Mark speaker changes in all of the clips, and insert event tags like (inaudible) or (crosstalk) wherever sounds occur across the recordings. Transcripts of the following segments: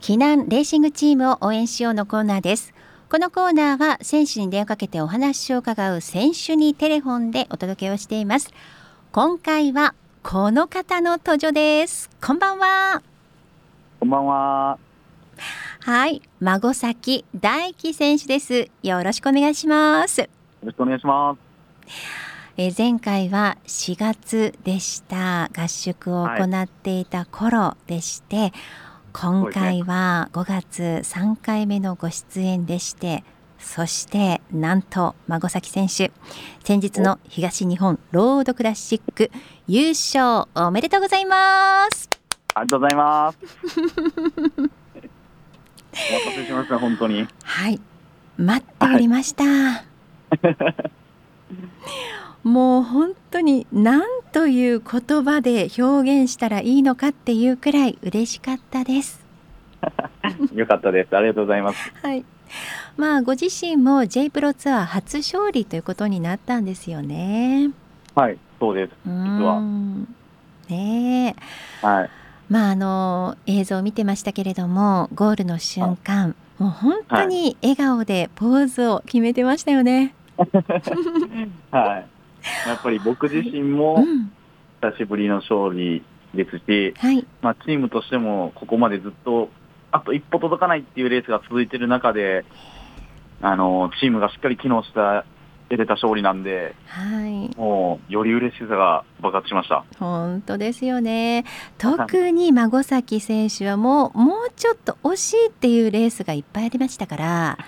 Speaker 1: 避難レーシングチームを応援しようのコーナーですこのコーナーは選手に電話かけてお話を伺う選手にテレフォンでお届けをしています今回はこの方の登場ですこんばんは
Speaker 2: こんばんは。
Speaker 1: はい孫崎大輝選手ですよろしくお願いします
Speaker 2: よろしくお願いします。
Speaker 1: えー前回は4月でした合宿を行っていた頃でして、今回は5月3回目のご出演でしてそしてなんと孫崎選手先日の東日本ロードクラシック優勝おめでとうございます
Speaker 2: ありがとうござい (laughs) ます。お待たせしました、本当に。
Speaker 1: はい待っておりました、もう本当に何という言葉で表現したらいいのかっていうくらい嬉しかったです
Speaker 2: よかったです。ありがとうございます。
Speaker 1: はい。まあご自身も J プロツアー初勝利ということになったんですよね。
Speaker 2: はい、そうです。
Speaker 1: うー
Speaker 2: は
Speaker 1: ん。ねえ。
Speaker 2: はい。
Speaker 1: まああの映像を見てましたけれども、ゴールの瞬間、もう本当に笑顔でポーズを決めてましたよね。
Speaker 2: はい。やっぱり僕自身
Speaker 1: う
Speaker 2: も
Speaker 1: ん。
Speaker 2: 久しぶりの勝利ですし、
Speaker 1: はい。
Speaker 2: まあ、チームとしてもここまでずっとあと一歩届かないっていうレースが続いてる中で、あの、チームがしっかり機能した、得れた勝利なんで、
Speaker 1: はい。
Speaker 2: もう、より嬉しさが爆発しました。
Speaker 1: 本当ですよね特に孫崎選手はもうもうちょっと惜しいっていうレースがいっぱいありました
Speaker 2: (laughs)
Speaker 1: から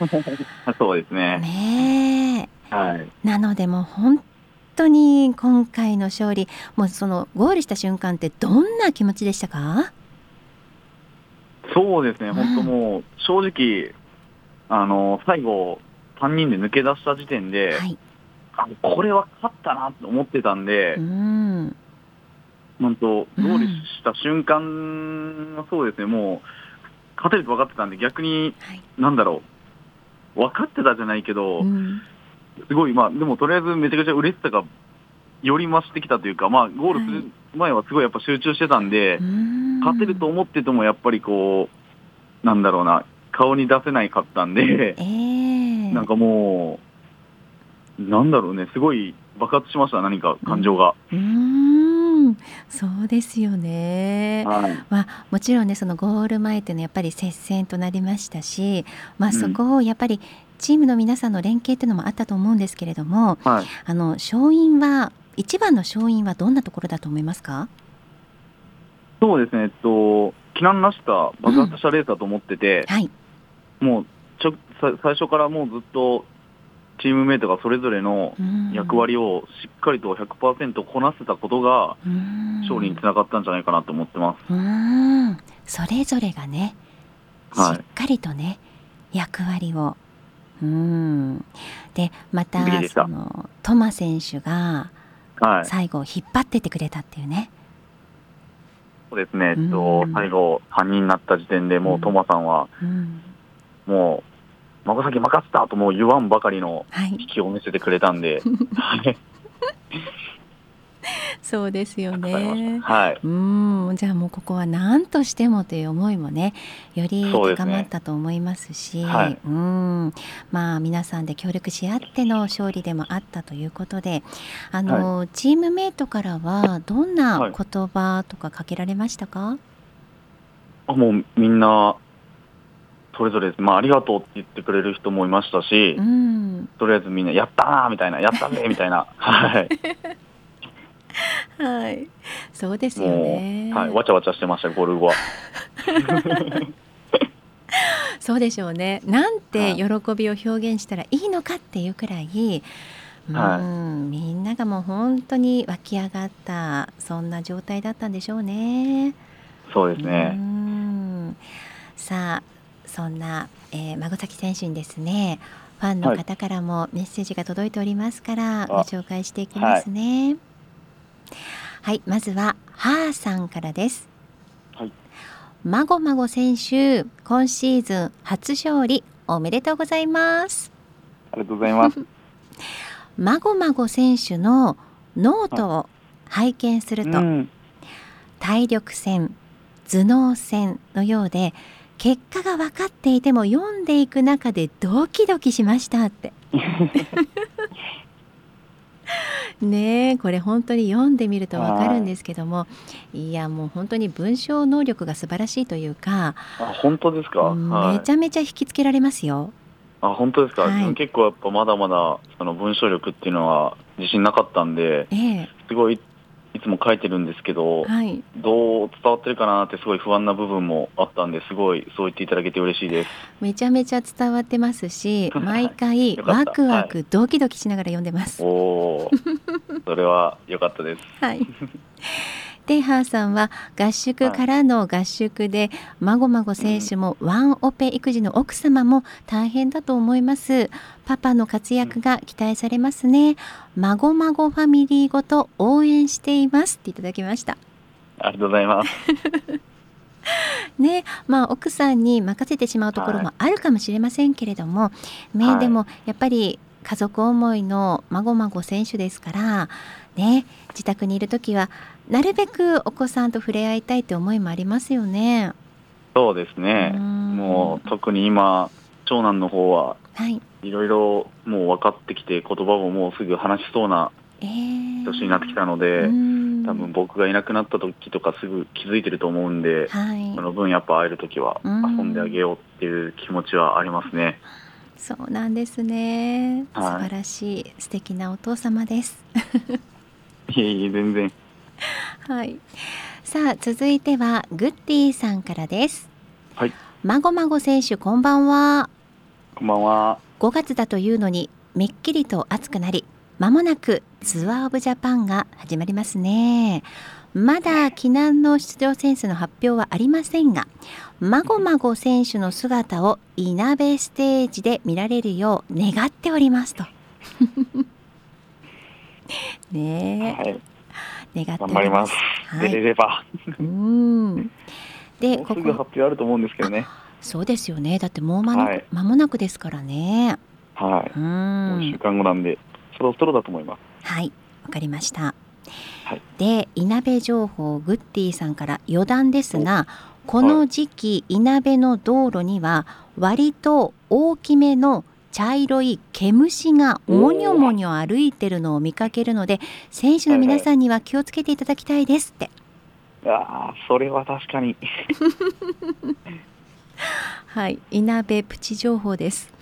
Speaker 2: そうですね。
Speaker 1: ねえ
Speaker 2: はい。
Speaker 1: なのでもう本当に今回の勝利もうそのゴールした瞬間ってどんな気持ちでしたか
Speaker 2: そうですね、
Speaker 1: うん
Speaker 2: 本当もう、正直、あの、最後、3人で抜け出した時点で、
Speaker 1: はい、
Speaker 2: あこれは勝ったなと思ってたんで
Speaker 1: う、ん、
Speaker 2: 本当、ゴール
Speaker 1: うん
Speaker 2: した瞬間はそうですね、もう、勝てると分かってたんで、逆に、
Speaker 1: はい
Speaker 2: なんだろう、分かってたじゃないけど、
Speaker 1: うん
Speaker 2: すごい、まあ、でもとりあえずめちゃくちゃ嬉しさが、より増してきたというか、まあ、ゴールす
Speaker 1: は
Speaker 2: る前はすごいやっぱ集中してたんで、
Speaker 1: うん
Speaker 2: 勝てると思ってても、やっぱりこう、なんだろうな、顔に出せないかったんで、
Speaker 1: ええ
Speaker 2: なんかもう、なんだろうね、すごい爆発しました、何か感情が。
Speaker 1: うんそうですよね。
Speaker 2: はい、
Speaker 1: まあ、もちろんねそのゴール前っていうのはやっぱり接戦となりましたし、まあ、
Speaker 2: うん
Speaker 1: そこをやっぱりチームの皆さんの連携っていうのもあったと思うんですけれども
Speaker 2: はい、
Speaker 1: あの勝因は一番の勝因はどんなところだと思いますか、
Speaker 2: そうですね、えっと、避難らしさ、爆発したレースだと思ってて、
Speaker 1: はい
Speaker 2: もうちょさ最初からもうずっと、チームメイトがそれぞれの
Speaker 1: うん
Speaker 2: 役割をしっかりと100%こなせたことが、勝
Speaker 1: 勝
Speaker 2: 利につながったんじゃないかなと思ってます。
Speaker 1: うんそれぞれがねし
Speaker 2: はい
Speaker 1: っかりとね、役割をうんでまた
Speaker 2: 完璧でした
Speaker 1: そのトマ選手が
Speaker 2: はい、
Speaker 1: 最後引っ張ってってくれたっていうね、
Speaker 2: そうですね、えっ
Speaker 1: う
Speaker 2: と
Speaker 1: ん、
Speaker 2: 最後、3人になった時点でもう、トマさんは、
Speaker 1: うん、
Speaker 2: もう、孫崎任せたともう言わんばかりの
Speaker 1: はい
Speaker 2: 引きを見せてくれたんで、はい
Speaker 1: そうですよ
Speaker 2: 助かりまし
Speaker 1: ね
Speaker 2: た。はい。
Speaker 1: うんじゃあもうここは何としてもという思いもねより
Speaker 2: そうです
Speaker 1: 高
Speaker 2: ね
Speaker 1: まったと思いますし
Speaker 2: はい
Speaker 1: うんまあ皆さんで協力し合っての勝利でもあったということであの、チームメイトからはどんな
Speaker 2: はい
Speaker 1: 言葉とかかけられましたか、
Speaker 2: あもうみんな、それぞれです、まあ、ありがとうって言ってくれる人もいましたし
Speaker 1: う、ん
Speaker 2: とりあえずみんな、やったーみたいな、やったねみたいな、はい、
Speaker 1: (laughs) はい、そうですよ
Speaker 2: も
Speaker 1: ね、
Speaker 2: う、はい、わちゃわちゃしてました、ゴルゴは。
Speaker 1: そうでしょうねなん
Speaker 2: は
Speaker 1: て
Speaker 2: い
Speaker 1: 喜びを表現したらいいのかっていうくらい、うん
Speaker 2: は
Speaker 1: みんながもう本当に湧き上がったそんな状態だったんでしょうね。
Speaker 2: そうです
Speaker 1: う
Speaker 2: ね。
Speaker 1: んさあそんな、えー孫崎選手にですねファンの方からもメッセージが届いておりますから、ご紹介していきますね。はい、まずはハーさんからです。
Speaker 2: はい。
Speaker 1: まごまご選手、今シーズン初勝利おめでとうございます。
Speaker 2: ありがとうござ
Speaker 1: (laughs)
Speaker 2: います。
Speaker 1: まごまご選手のノートを拝見する
Speaker 2: う
Speaker 1: と、
Speaker 2: ん、
Speaker 1: 体力戦頭脳戦のようで結果が分かっていても読んでいく中でドキドキしましたって
Speaker 2: (laughs)
Speaker 1: ねえこれ本当に読んでみると分かるんですけどもいやもう本当に文章能力が素晴らしいというか
Speaker 2: あ本当ですか、はい
Speaker 1: めちゃめちゃ引きつけられますよ。
Speaker 2: あ本当ですか、
Speaker 1: はい
Speaker 2: でも結構やっぱまだまだその文章力っていうのは自信なかったんで
Speaker 1: ええ
Speaker 2: すごいいつも書いてるんですけど
Speaker 1: はい
Speaker 2: どう伝わってるかなってすごい不安な部分もあったんですごいそう言っていただけて嬉しいです
Speaker 1: (laughs) めちゃめちゃ伝わってますし毎回
Speaker 2: よか
Speaker 1: ワ
Speaker 2: った
Speaker 1: クワクドキドキしながら読んでます。
Speaker 2: おおーそれは良かったです
Speaker 1: はい。でハーさんは合宿からの合宿で、まごまご選手もワンオペ育児の奥様も大変だと思いますパパの活躍が期待されますねまごまごファミリーごと応援していますっていただきました
Speaker 2: ありがとうございます
Speaker 1: ねまあ奥さんに任せてしまうところもあるかもしれませんけれども、ね、
Speaker 2: はい
Speaker 1: でもやっぱり家族思いのまごまご選手ですからね自宅にいる時はなるべくお子さんと触れ合いたいという思いもありますよね。
Speaker 2: そうですね、
Speaker 1: も
Speaker 2: もう特に今長男の方は
Speaker 1: うんはい、
Speaker 2: いろいろもう分かってきて言葉ももうすぐ話しそうな
Speaker 1: えー、
Speaker 2: 年になってきたの
Speaker 1: う
Speaker 2: で、
Speaker 1: ん
Speaker 2: 多分僕がいなくなった時とかすぐ気づいてると思うんで、
Speaker 1: はい
Speaker 2: その分やっぱ会える時は
Speaker 1: う
Speaker 2: 遊
Speaker 1: ん
Speaker 2: んであげようっていう気持ちはありますね。
Speaker 1: そうなんですね、
Speaker 2: はい
Speaker 1: 素晴らしい素敵なお父様です。
Speaker 2: いえいえ全然。
Speaker 1: はい。さあ続いてはグッディさんからです。
Speaker 2: はい。
Speaker 1: まごまご選手こんばんは。
Speaker 2: こんばんは。
Speaker 1: 5月だというのにめっきりと暑くなり、まもなくツアーオブジャパンが始まりますね。まだ避難の出場選手の発表はありませんが、まごまご選手の姿をいなべステージで見られるよう願っております
Speaker 2: (laughs)
Speaker 1: と。ね
Speaker 2: はい、
Speaker 1: え、願ってお
Speaker 2: 頑
Speaker 1: り
Speaker 2: 張ります。
Speaker 1: は
Speaker 2: 出
Speaker 1: い
Speaker 2: れ。れば。
Speaker 1: うん。で、
Speaker 2: もうす
Speaker 1: こ
Speaker 2: ぐ発
Speaker 1: こ、
Speaker 2: 表あると思うんですけどね。
Speaker 1: そうですよね。だってもう間も,、
Speaker 2: はい
Speaker 1: 間もなくですからね。
Speaker 2: は
Speaker 1: う
Speaker 2: い。もう一週
Speaker 1: ん。
Speaker 2: 間後なんで、そろそろだと思います。
Speaker 1: はい、わかりました。
Speaker 2: はい
Speaker 1: で、いなべ情報グッディさんから余談ですが、この時期、いなべの道路には割と大きめの茶色い毛虫がもにょもにょ歩いてるのを見かけるので選手の皆さんには気をつけていただきたいですって
Speaker 2: ああ、それは確かに。
Speaker 1: はい、いなべプチ情報です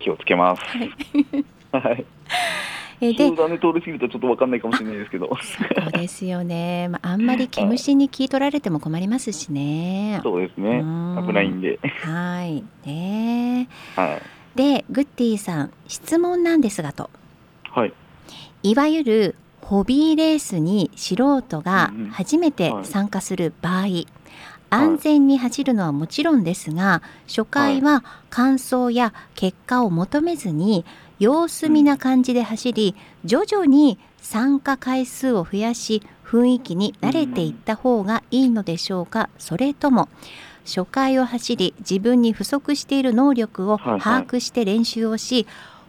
Speaker 2: 気をつけます。
Speaker 1: はい、
Speaker 2: (laughs) はい。
Speaker 1: えーで
Speaker 2: 集団で通り過ぎるとちょっとわかんないかもしれないですけど。
Speaker 1: そうですよね、まあ、あんまり毛虫に聞い取られても困りますしね。
Speaker 2: そうですね。
Speaker 1: うん
Speaker 2: 危ないんで。
Speaker 1: はいね
Speaker 2: はい。
Speaker 1: でグッディさん質問なんですがと
Speaker 2: はい。
Speaker 1: いわゆるホビーレースに素人が
Speaker 2: うんうん
Speaker 1: 初めて
Speaker 2: はい
Speaker 1: 参加する場合、安全に走るのはもちろんですが初回は感想や結果を求めずに様子見な感じで走り徐々に参加回数を増やし雰囲気に慣れていった方がいいのでしょうかそれとも初回を走り自分に不足している能力を
Speaker 2: はいは
Speaker 1: 把
Speaker 2: い
Speaker 1: 握して練習をし、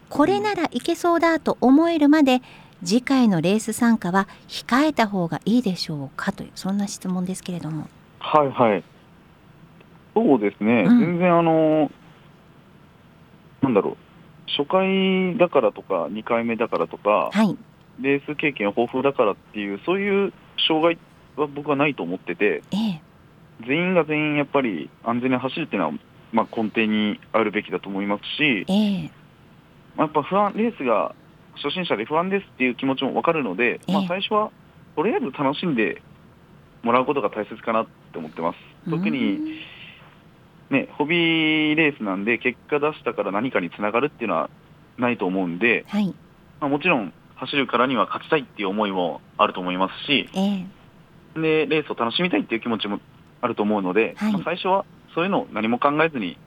Speaker 1: これならいけそうだと思えるまで次回のレース参加は控えた方がいいでしょうかというそんな質問ですけれども。
Speaker 2: はいはい。そうですね、
Speaker 1: うん
Speaker 2: 全然あの、なんだろう、初回だからとか、2回目だからとか、
Speaker 1: はい、
Speaker 2: レース経験豊富だからっていう、そういう障害は僕はないと思ってて、
Speaker 1: ええ
Speaker 2: 全員が全員やっぱり安全に走るっていうのは、まあ、根底にあるべきだと思いますし、
Speaker 1: ええ
Speaker 2: まあ、やっぱ不安、レースが初心者で不安ですっていう気持ちもわかるので、ま
Speaker 1: え
Speaker 2: あ
Speaker 1: え、
Speaker 2: 最初はとりあえず楽しんでもらうことが大切かなって思ってます。特に
Speaker 1: うん
Speaker 2: ね、ホビーレースなんで、結果出したから何かにつながるっていうのはないと思うんで、
Speaker 1: はい、
Speaker 2: まあ、もちろん走るからには勝ちたいっていう思いもあると思いますし、
Speaker 1: ええ
Speaker 2: でレースを楽しみたいっていう気持ちもあると思うので、
Speaker 1: はい
Speaker 2: まあ最初はそういうのを何も考えずに、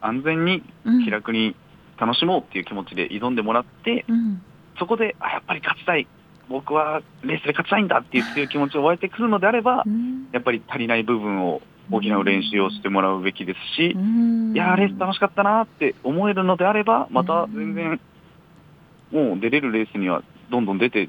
Speaker 2: 安全に
Speaker 1: うん
Speaker 2: 気楽に楽しもうっていう気持ちで挑んでもらって、
Speaker 1: うん
Speaker 2: そこで、あ、やっぱり勝ちたい、僕はレースで勝ちたいんだっていう強い気持ちを湧いてくるのであれば
Speaker 1: う、ん
Speaker 2: やっぱり足りない部分を補う練習をしてもらうべきですし、
Speaker 1: うん
Speaker 2: いやー、レース楽しかったなーって思えるのであれば、また全然、もう出れるレースにはどんどん出て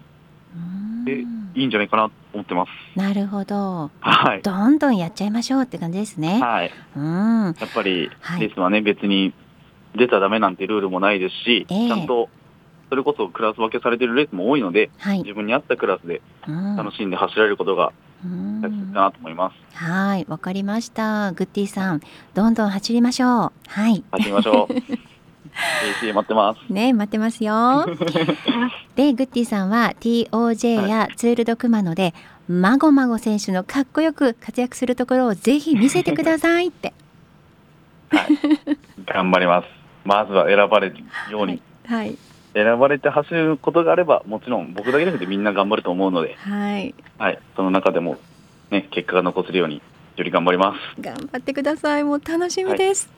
Speaker 1: うん
Speaker 2: いいんじゃないかなと思ってます。
Speaker 1: なるほど。
Speaker 2: はい。
Speaker 1: どんどんやっちゃいましょうって感じですね。
Speaker 2: はい。
Speaker 1: うん。
Speaker 2: やっぱり
Speaker 1: はい
Speaker 2: レースはね、別に出たらダメなんてルールもないですし、
Speaker 1: ええ
Speaker 2: ちゃんとそれこそクラス分けされてるレースも多いので、
Speaker 1: はい。
Speaker 2: 自分に合ったクラスで
Speaker 1: うん
Speaker 2: 楽しんで走られることが
Speaker 1: うん
Speaker 2: 大切かなと思います。
Speaker 1: はい、わかりました。グッティさん、どんどん走りましょう。はい。
Speaker 2: 走りま
Speaker 1: (laughs)
Speaker 2: しょう。AC 待ってます。
Speaker 1: ね、待ってます (laughs) よ。で、グッティさんは TOJ やツール・ド・クマノで、まごまご選手のかっこよく活躍するところをぜひ見せてくださいって。
Speaker 2: 頑張ります。まずは選ばれるように、
Speaker 1: (laughs) はい。
Speaker 2: 選ばれて走ることがあれば、もちろん僕だけじゃなくてみんな頑張ると思うので、
Speaker 1: はい。
Speaker 2: はい、その中でも、ね、結果が残せるように、より頑張ります。
Speaker 1: 頑張ってください。もう楽しみです。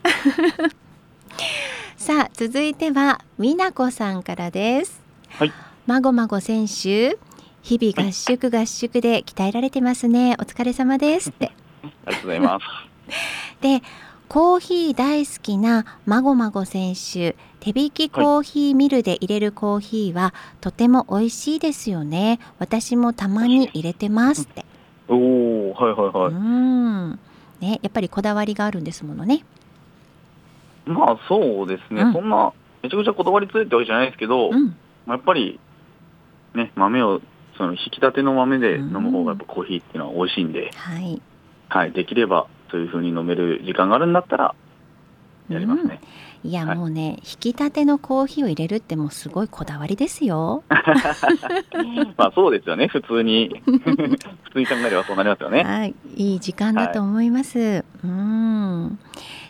Speaker 1: さあ、続いては、美奈子さんからです。
Speaker 2: はい。
Speaker 1: まごまご選手、日々合宿合宿で鍛えられてますね。お疲れ様ですって。
Speaker 2: ありがとうございます。
Speaker 1: (laughs) コーヒー大好きなまごまご選手手引きコーヒーミルで入れるコーヒーは、とても美味しいですよね私もたまに入れてますって、
Speaker 2: おおはいは
Speaker 1: う
Speaker 2: いは
Speaker 1: んねやっぱりこだわりがあるんですものね
Speaker 2: い。まあそうですね、
Speaker 1: うん
Speaker 2: そんな、めちゃくちゃこだわり強いってわけじゃないですけど、
Speaker 1: うん
Speaker 2: まあやっぱり、ね、豆を、その、引き立ての豆で飲む方がやっぱコーヒーっていうのは美味しいんで、
Speaker 1: はい
Speaker 2: はい、できれば、そういう風に飲める時間があるんだったら、やりますね。
Speaker 1: いや、
Speaker 2: はい
Speaker 1: もうね引き立てのコーヒーを入れるってもうすごいこだわりですよ、
Speaker 2: (laughs) まあそうですよね、普通に。 (laughs) 普通に考えればそうなりますよね。
Speaker 1: はい、いい時間だと思います、うん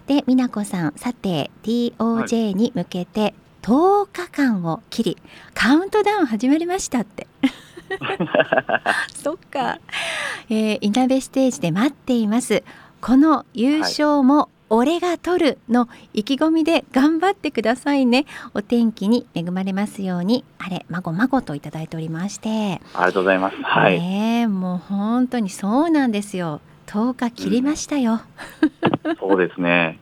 Speaker 1: で美奈子さんさて TOJ に向けて10日間を切りカウントダウン始まりましたって
Speaker 2: (laughs)
Speaker 1: そっか、えー、いなべステージで待っていますこの優勝も俺が取るの意気込みで頑張ってくださいねお天気に恵まれますようにあれまごまごといただいておりまして
Speaker 2: ありがとうございます。はい。
Speaker 1: ねえもう本当にそうなんですよ。10日切りましたよ。
Speaker 2: そうですね。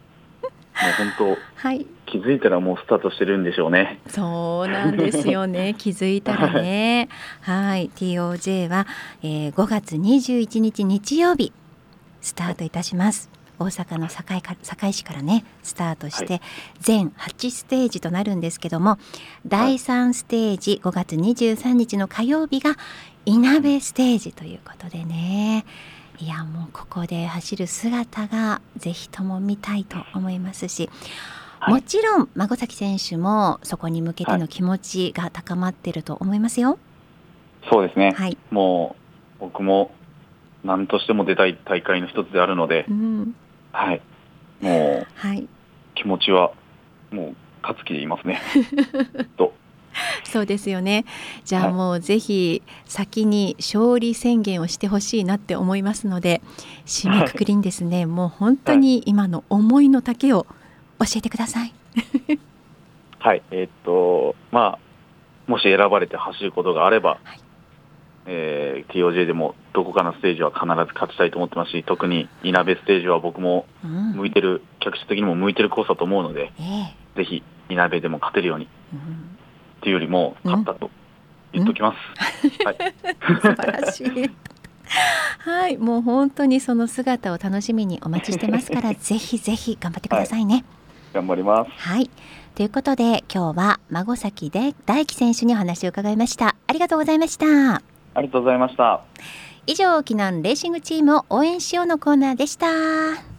Speaker 2: もう本
Speaker 1: はい。
Speaker 2: 当、気づいたらもうスタートしてるんでしょうね。
Speaker 1: そうなんですよ
Speaker 2: (laughs)
Speaker 1: ね。気づいたらね。はい。TOJ は、えー5月21日日曜日スタートいたします。大阪の堺か堺市からねスタートして、全8ステージとなるんですけども第3ステージ5月23日の火曜日がいなべステージということでねいやもうここで走る姿がぜひとも見たいと思いますし、
Speaker 2: はい
Speaker 1: もちろん孫崎選手もそこに向けて
Speaker 2: は
Speaker 1: の気持ちが高まってると思いますよ。
Speaker 2: そうですね。
Speaker 1: はい、
Speaker 2: もう、僕も、何としても出たい大会の一つであるので
Speaker 1: う、ん、
Speaker 2: はい。もう、
Speaker 1: はい、
Speaker 2: 気持ちは、もう、勝つ気でいますね。 (laughs)
Speaker 1: そうですよね。じゃ
Speaker 2: は
Speaker 1: あ
Speaker 2: い
Speaker 1: もうぜひ先に勝利宣言をしてほしいなって思いますので、締めくくりにですね、もう本当に今の思いの丈を教えてください。
Speaker 2: はい。えーっと、まあ、もし選ばれて走ることがあれば、
Speaker 1: はい
Speaker 2: えー TOJ でもどこかのステージは必ず勝ちたいと思ってますし、特にいなべステージは僕も
Speaker 1: うん
Speaker 2: 向いてる、客室的にも向いてるコースだと思うので、
Speaker 1: ええ
Speaker 2: ぜひ、いなべでも勝てるように
Speaker 1: うん
Speaker 2: っていうよりも、
Speaker 1: うん
Speaker 2: 勝ったと言っておきます。
Speaker 1: 素晴らしい。はい、もう本当にその姿を楽しみにお待ちしてます
Speaker 2: (laughs)
Speaker 1: から、ぜひぜひ頑張ってくださいね。
Speaker 2: 頑張ります。
Speaker 1: はい、ということで今日は孫崎で大輝選手にお話を伺いました。ありがとうございました。
Speaker 2: ありがとうございました。
Speaker 1: 以上、沖縄レーシングチームを応援しようのコーナーでした。